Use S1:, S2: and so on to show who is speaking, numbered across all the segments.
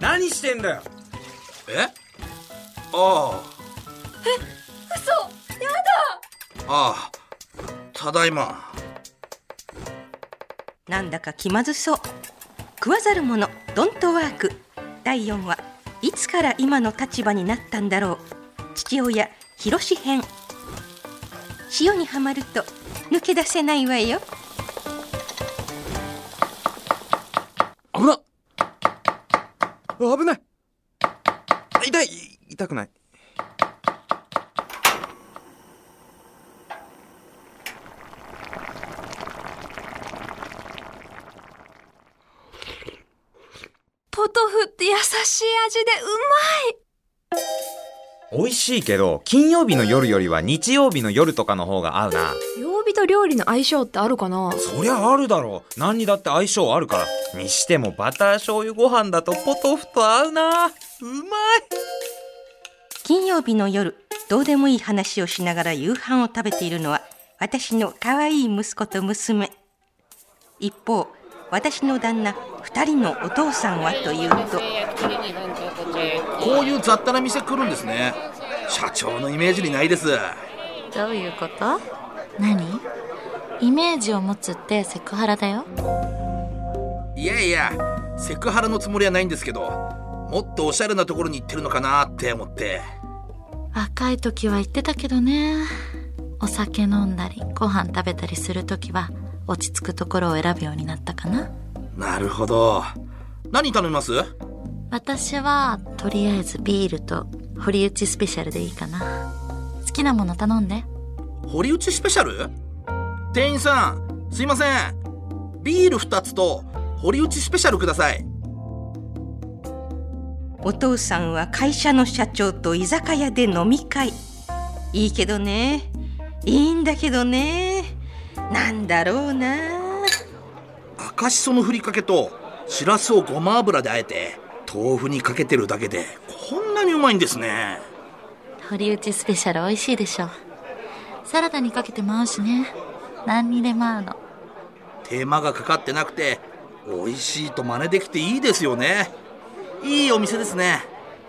S1: 何してんだよ
S2: えあ
S3: 嘘や
S2: あああただいま
S4: なんだか気まずそう食わざる者ドントワーク第4話いつから今の立場になったんだろう父親広志編塩にはまると抜け出せないわよ
S1: 危なっ危ない痛い痛くない
S3: ポトフって優しい味でうまい
S5: 美味しいけど、金曜日の夜よりは日曜日の夜とかの方が合うな。
S3: 曜日と料理の相性ってあるかな
S5: そりゃあるだろう。何にだって相性あるから。にしてもバター醤油ご飯だとポトフと合うな。うま
S4: 金曜日の夜どうでもいい話をしながら夕飯を食べているのは私の可愛い息子と娘一方私の旦那2人のお父さんはというと
S2: こういう雑多な店来るんですね社長のイメージにないです
S6: どういうこと何イメージを持つってセクハラだよ
S2: いやいやセクハラのつもりはないんですけどもっとおしゃれなところに行ってるのかなって思って
S6: 若い時は言ってたけどねお酒飲んだりご飯食べたりする時は落ち着くところを選ぶようになったかな
S2: なるほど何頼みます
S6: 私はとりあえずビールと堀内スペシャルでいいかな好きなもの頼んで
S2: 堀内スペシャル店員さんすいませんビール2つと堀内スペシャルください
S4: お父さんは会社の社長と居酒屋で飲み会いいけどねいいんだけどねなんだろうな
S2: 赤しそのふりかけとしらすをごま油であえて豆腐にかけてるだけでこんなにうまいんですね
S6: 堀内スペシャル美味しいでしょサラダにかけても合うしね何にでも合うの
S2: 手間がかかってなくて美味しいと真似できていいですよねいいお店ですね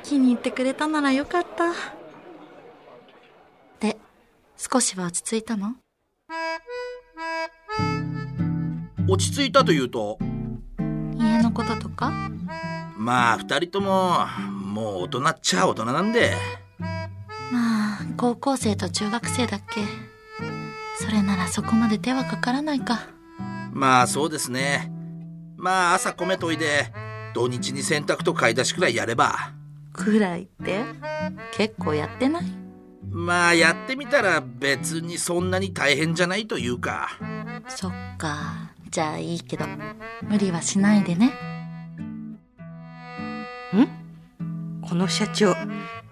S6: 気に入ってくれたならよかったで少しは落ち着いたの
S2: 落ち着いたというと
S6: 家のこととか
S2: まあ2人とももう大人っちゃ大人なんで
S6: まあ高校生と中学生だっけそれならそこまで手はかからないか
S2: まあそうですねまあ朝米といで土日に洗濯と買い出しくらいやれば
S6: くらいって結構やってない
S2: まあやってみたら別にそんなに大変じゃないというか
S6: そっかじゃあいいけど無理はしないでね
S4: この社長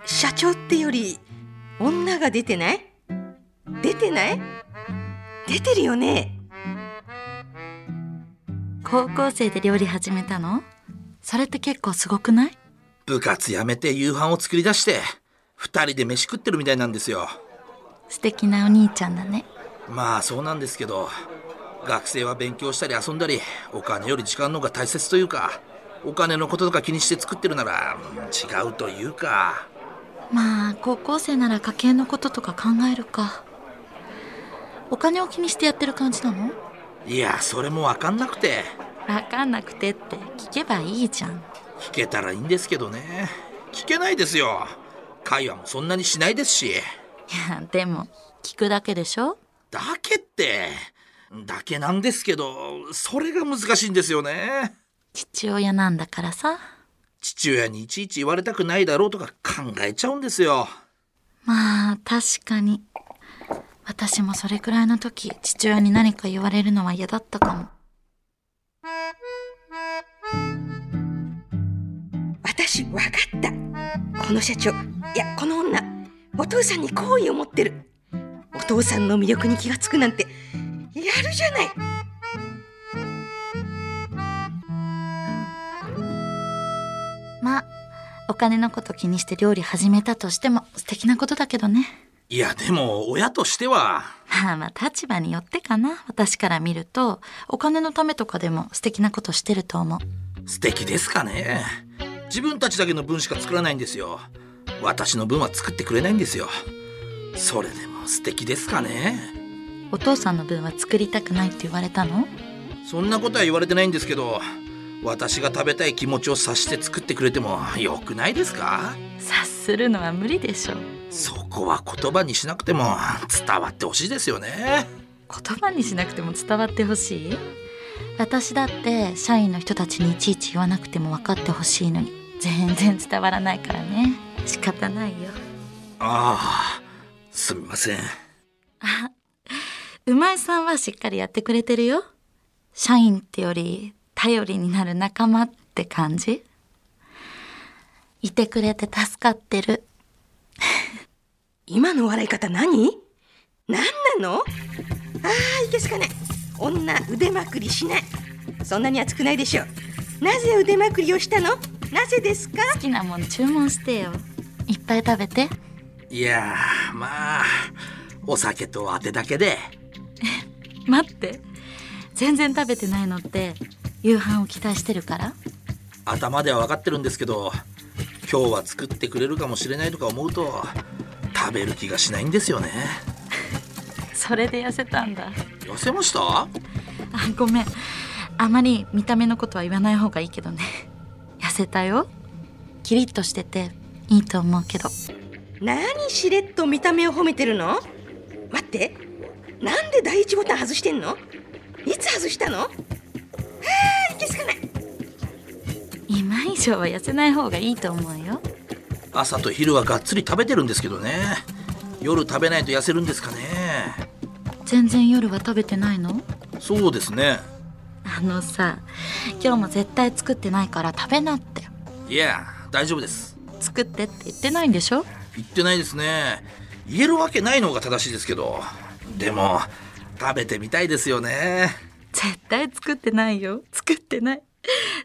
S4: 社長ってより女が出てない出てない出てるよね
S6: 高校生で料理始めたのそれって結構すごくない
S2: 部活やめて夕飯を作り出して2人で飯食ってるみたいなんですよ
S6: 素敵なお兄ちゃんだね
S2: まあそうなんですけど学生は勉強したり遊んだりお金より時間の方が大切というかお金のこととか気にして作ってるならうん違うというか
S6: まあ高校生なら家計のこととか考えるかお金を気にしてやってる感じなの
S2: いやそれも分かんなくて
S6: 分かんなくてって聞けばいいじゃん
S2: 聞けたらいいんですけどね聞けないですよ会話もそんなにしないですし
S6: いやでも聞くだけでしょ
S2: だけってだけなんですけどそれが難しいんですよね
S6: 父親なんだからさ
S2: 父親にいちいち言われたくないだろうとか考えちゃうんですよ
S6: まあ確かに私もそれくらいの時父親に何か言われるのは嫌だったかも
S4: 私わかったこの社長いやこの女お父さんに好意を持ってるお父さんの魅力に気がつくなんてやるじゃない
S6: まあお金のこと気にして料理始めたとしても素敵なことだけどね
S2: いやでも親としては
S6: まあまあ立場によってかな私から見るとお金のためとかでも素敵なことしてると思う
S2: 素敵ですかね自分たちだけの分しか作らないんですよ私の分は作ってくれないんですよそれでも素敵ですかね
S6: お父さんの分は作りたくないって言われたの
S2: そんなことは言われてないんですけど私が食べたい気持ちを察して作ってくれてもよくないですか
S6: 察するのは無理でしょう
S2: そこは言葉にしなくても伝わってほしいですよね
S6: 言葉にしなくても伝わってほしい私だって社員の人たちにいちいち言わなくても分かってほしいのに全然伝わらないからね仕方ないよ
S2: ああすみません
S6: あ馬井さんはしっかりやってくれてるよ社員ってより頼りになる仲間って感じいてくれて助かってる
S4: 今の笑い方何何なのああいけすかね女腕まくりしないそんなに熱くないでしょうなぜ腕まくりをしたのなぜですか
S6: 好きなもの注文してよいっぱい食べて
S2: いやーまあお酒とあてだけで
S6: 待って全然食べてないのって夕飯を期待してるから
S2: 頭では分かってるんですけど今日は作ってくれるかもしれないとか思うと食べる気がしないんですよね
S6: それで痩せたんだ
S2: 痩せました
S6: あごめんあまり見た目のことは言わない方がいいけどね痩せたよキリッとしてていいと思うけど
S4: 何しれっと見た目を褒めてるの待ってなんで第一ボタン外してんのいつ外したのはあいけすかない
S6: 今以上は痩せない方がいいと思うよ
S2: 朝と昼はがっつり食べてるんですけどね夜食べないと痩せるんですかね
S6: 全然夜は食べてないの
S2: そうですね
S6: あのさ今日も絶対作ってないから食べなって
S2: いや大丈夫です
S6: 作ってって言ってないんでしょ
S2: 言ってないですね言えるわけないのが正しいですけどでも食べてみたいですよね
S6: 絶対作ってないよ作ってない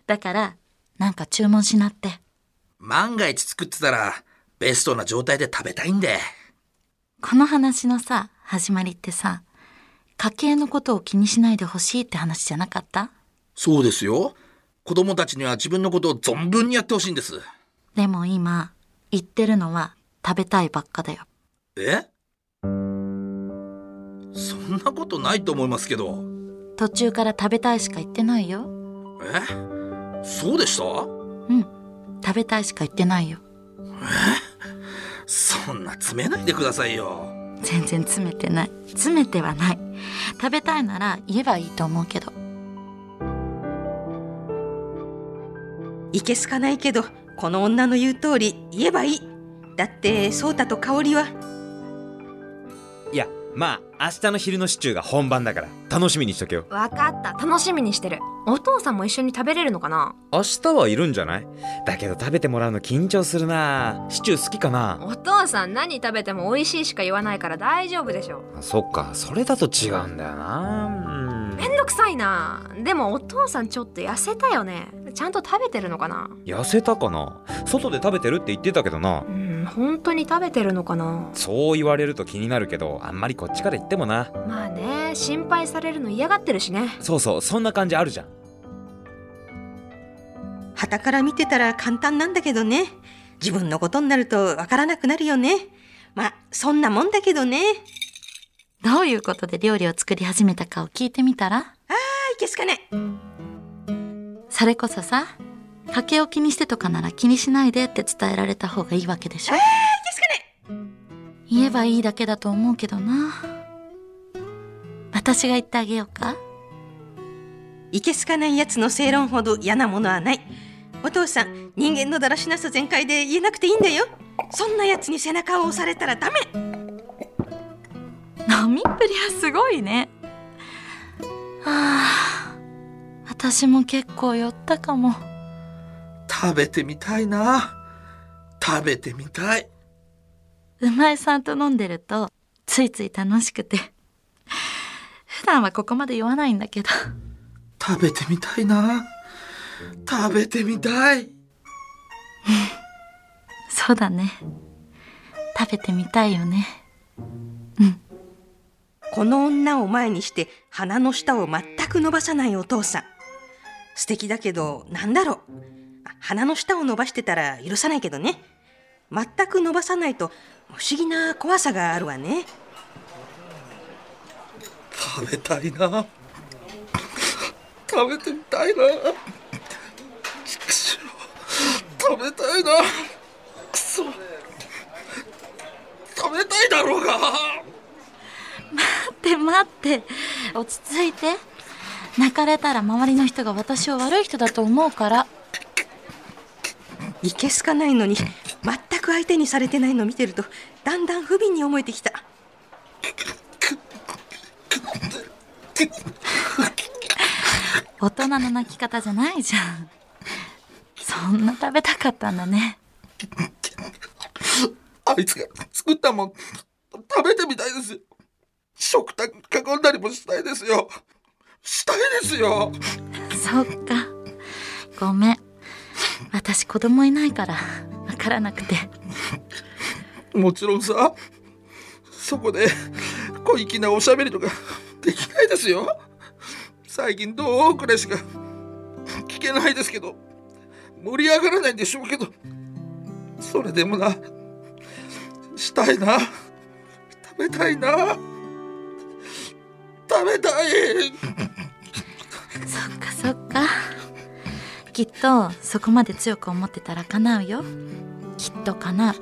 S6: だからなんか注文しなって
S2: 万が一作ってたらベストな状態で食べたいんで
S6: この話のさ始まりってさ家計のことを気にしないでほしいって話じゃなかった
S2: そうですよ子供たちには自分のことを存分にやってほしいんです
S6: でも今言ってるのは食べたいばっかだよ
S2: えそんなことないと思いますけど
S6: 途中から食べたいしか言ってないよ
S2: えそうでした
S6: うん食べたいしか言ってないよ
S2: そんな詰めないでくださいよ
S6: 全然詰めてない詰めてはない食べたいなら言えばいいと思うけど
S4: いけすかないけどこの女の言う通り言えばいいだって颯太と香織はい
S5: やまあ明日の昼のシチューが本番だから楽しみにしとけよ
S7: わかった楽しみにしてるお父さんも一緒に食べれるのかな
S5: 明日はいるんじゃないだけど食べてもらうの緊張するなシチュー好きかな
S7: お父さん何食べても美味しいしか言わないから大丈夫でしょ
S5: あそっかそれだと違うんだよな
S7: めんどくさいなでもお父さんちょっと痩せたよねちゃんと食べてるのかな
S5: 痩せたかな外で食べてるって言ってたけどな
S7: うん本当に食べてるのかな
S5: そう言われると気になるけどあんまりこっちから言ってもな
S7: まあね心配されるの嫌がってるしね
S5: そうそうそんな感じあるじゃん
S4: 旗から見てたら簡単なんだけどね自分のことになるとわからなくなるよねまあそんなもんだけどね
S6: どういうことで料理を作り始めたかを聞いてみたら
S4: あいけすかない
S6: それこそさ家計を気にしてとかなら気にしないでって伝えられた方がいいわけでしょ言えばいいだけだと思うけどな私が言ってあげようか
S4: いけすかないやつの正論ほど嫌なものはないお父さん人間のだらしなさ全開で言えなくていいんだよそんなやつに背中を押されたらダメ
S6: 飲みっぷりはすごいねはあ私も結構酔ったかも
S2: 食べてみたいな食べてみたいう
S6: まいさんと飲んでるとついつい楽しくて 普段はここまで言わないんだけど
S2: 食べてみたいな食べてみたい
S6: そうだね食べてみたいよね
S4: この女を前にして鼻の下を全く伸ばさないお父さん素敵だけどなんだろうあ鼻の下を伸ばしてたら許さないけどね全く伸ばさないと不思議な怖さがあるわね
S2: 食べたいな食べてみたいなちくしょう食べたいなくそ食べたいだろうが
S6: って待って落ち着いて泣かれたら周りの人が私を悪い人だと思うから
S4: いけすかないのに全く相手にされてないのを見てるとだんだん不憫に思えてきた
S6: 大人の泣き方じゃないじゃんそんな食べたかったんだね
S2: あいつが作ったもん食べてみたいですよ食卓囲んだりもしたいですよしたいですよ
S6: そっかごめん私子供いないから分からなくて
S2: もちろんさそこで小粋なおしゃべりとかできないですよ最近どうくらいしか聞けないですけど盛り上がらないんでしょうけどそれでもなしたいな食べたいな食べたい
S6: そっかそっかきっとそこまで強く思ってたら叶うよきっと叶う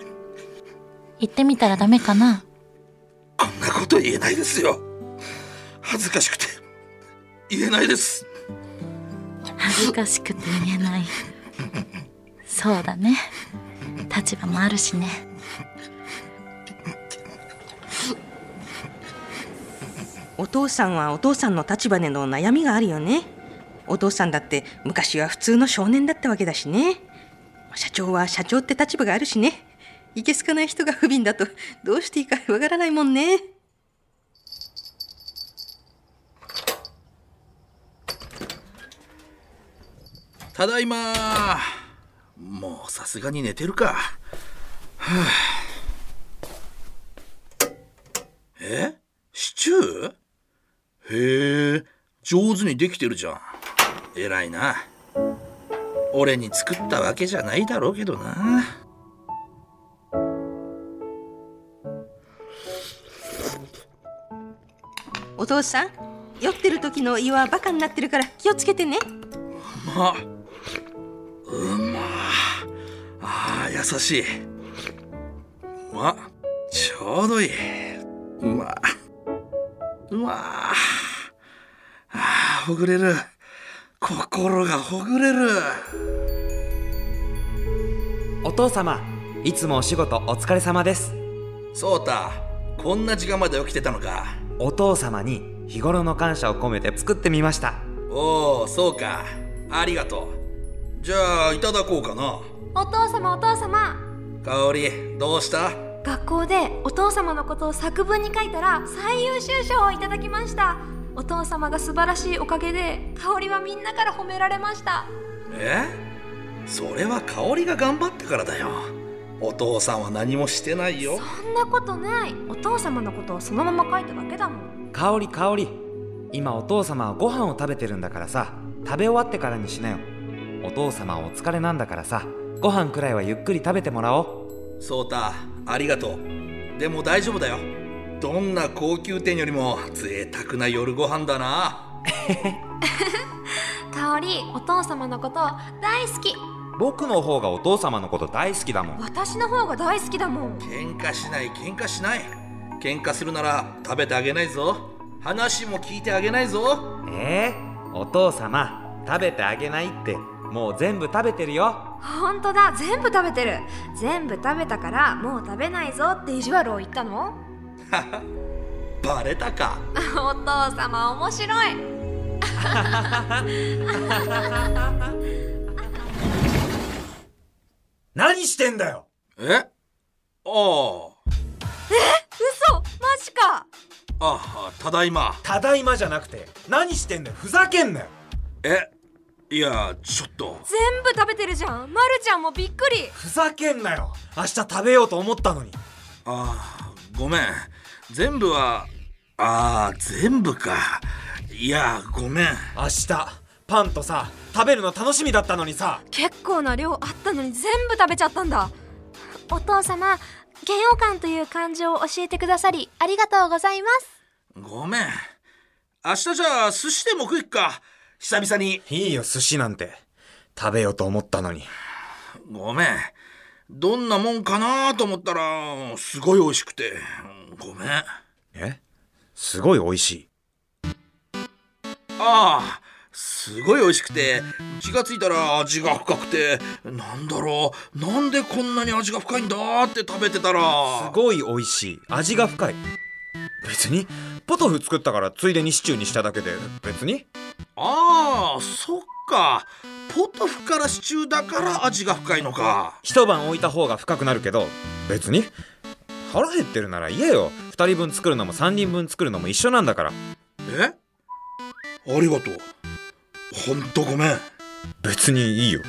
S6: 行ってみたらダメかな
S2: こんなこと言えないですよ恥ずかしくて言えないです
S6: 恥ずかしくて言えないそうだね立場もあるしね
S4: お父さんはお父さんの立場での悩みがあるよねお父さんだって昔は普通の少年だったわけだしね社長は社長って立場があるしねいけすかない人が不憫だとどうしていいかわからないもんね
S2: ただいまもうさすがに寝てるか、はあ、えシチューへえ上手にできてるじゃん偉いな俺に作ったわけじゃないだろうけどな
S4: お父さん酔ってる時の胃はバカになってるから気をつけてね
S2: まあうまああー優しいまあちょうどいいうまうまああーほぐれる心がほぐれる
S5: お父様いつもお仕事お疲れ様です
S2: そうたこんな時間まで起きてたのか
S5: お父様に日頃の感謝を込めて作ってみました
S2: おおそうかありがとうじゃあいただこうかな
S7: お父様お父様
S2: 香りどうした
S7: 学校でお父様のことを作文に書いたら最優秀賞をいただきましたお父様が素晴らしいおかげで香りはみんなから褒められました
S2: えそれは香りが頑張ってからだよお父さんは何もしてないよ
S7: そんなことないお父様のことをそのまま書いただけだもん
S5: 香り香り今お父様はご飯を食べてるんだからさ食べ終わってからにしなよお父様はお疲れなんだからさご飯くらいはゆっくり食べてもらおう
S2: そうたありがとうでも大丈夫だよどんな高級店よりも贅沢な夜ご飯だな
S7: 香りお父様のこと大好き
S5: 僕の方がお父様のこと大好きだもん
S7: 私の方が大好きだもん
S2: 喧嘩しない喧嘩しない喧嘩するなら食べてあげないぞ話も聞いてあげないぞ
S5: えー、お父様食べてあげないってもう全部食べてるよ
S7: 本当だ全部食べてる全部食べたからもう食べないぞって意地悪を言ったの
S2: バレたか
S7: お父様面白い
S5: 何してんだよ
S2: えああ
S7: 嘘マジか
S2: ああただいま
S5: ただいまじゃなくて何してんだよふざけんなよ
S2: えいやちょっと
S7: 全部食べてるじゃんまるちゃんもびっくり
S5: ふざけんなよ明日食べようと思ったのに
S2: ああごめん全部はああ全部かいやごめん
S5: 明日パンとさ食べるの楽しみだったのにさ
S7: 結構な量あったのに全部食べちゃったんだ
S3: お父様、嫌悪感という感情を教えてくださり、ありがとうございます。
S2: ごめん明日じゃあ寿司でも食いっか久々に
S5: いいよ寿司なんて食べようと思ったのに
S2: ごめんどんなもんかなと思ったらすごい美味しくてごめんあ
S5: えすごい美味しい
S2: あすごい美味しくて気がついたら味が深くてなんだろうなんでこんなに味が深いんだって食べてたら
S5: すごい美味しい味が深い別にポトフ作ったからついでにシチューにしただけで別に
S2: ああそっかポトフからシチューだから味が深いのか
S5: 一晩置いた方が深くなるけど別に腹減ってるなら言えよ2人分作るのも3人分作るのも一緒なんだから
S2: えありがとうほんとごめん
S5: 別にいいよ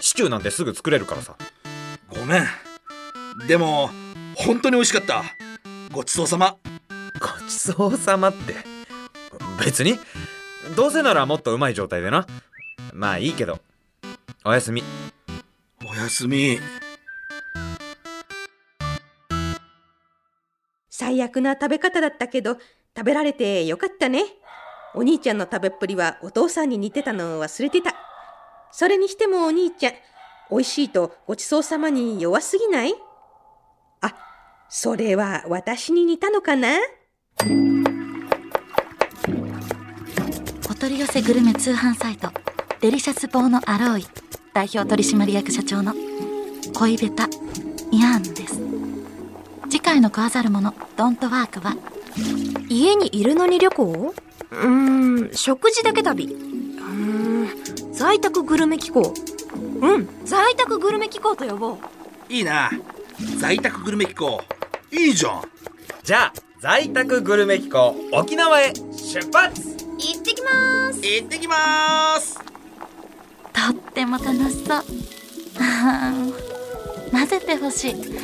S5: シチューなんてすぐ作れるからさ
S2: ごめんでも本当に美味しかったごちそうさま
S5: ごちそうさまって別にどうせならもっとうまい状態でなまあいいけどおやすみ
S2: おやすみ
S4: 最悪な食べ方だったけど食べられてよかったねお兄ちゃんの食べっぷりはお父さんに似てたのを忘れてたそれにしてもお兄ちゃん美味しいとごちそうさまに弱すぎないあそれは私に似たのかな
S6: お取り寄せグルメ通販サイトデリシャスボーノアローイ代表取締役社長の恋ベタイアンです次回の食わざる者ドントワークは
S3: 家にいるのに旅行うーん、食事だけ旅。うーん、在宅グルメ機構。うん、在宅グルメ機構と呼ぼう。
S2: いいな在宅グルメ機構いいじゃん
S5: じゃあ在宅グルメ機構沖縄へ出発
S3: 行ってきまーす
S2: 行ってきます
S6: とっても楽しそうあ ー混ぜてほしい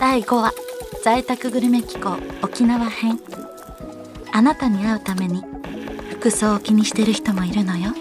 S6: 第5話在宅グルメ機構沖縄編あなたに会うために服装を気にしてる人もいるのよ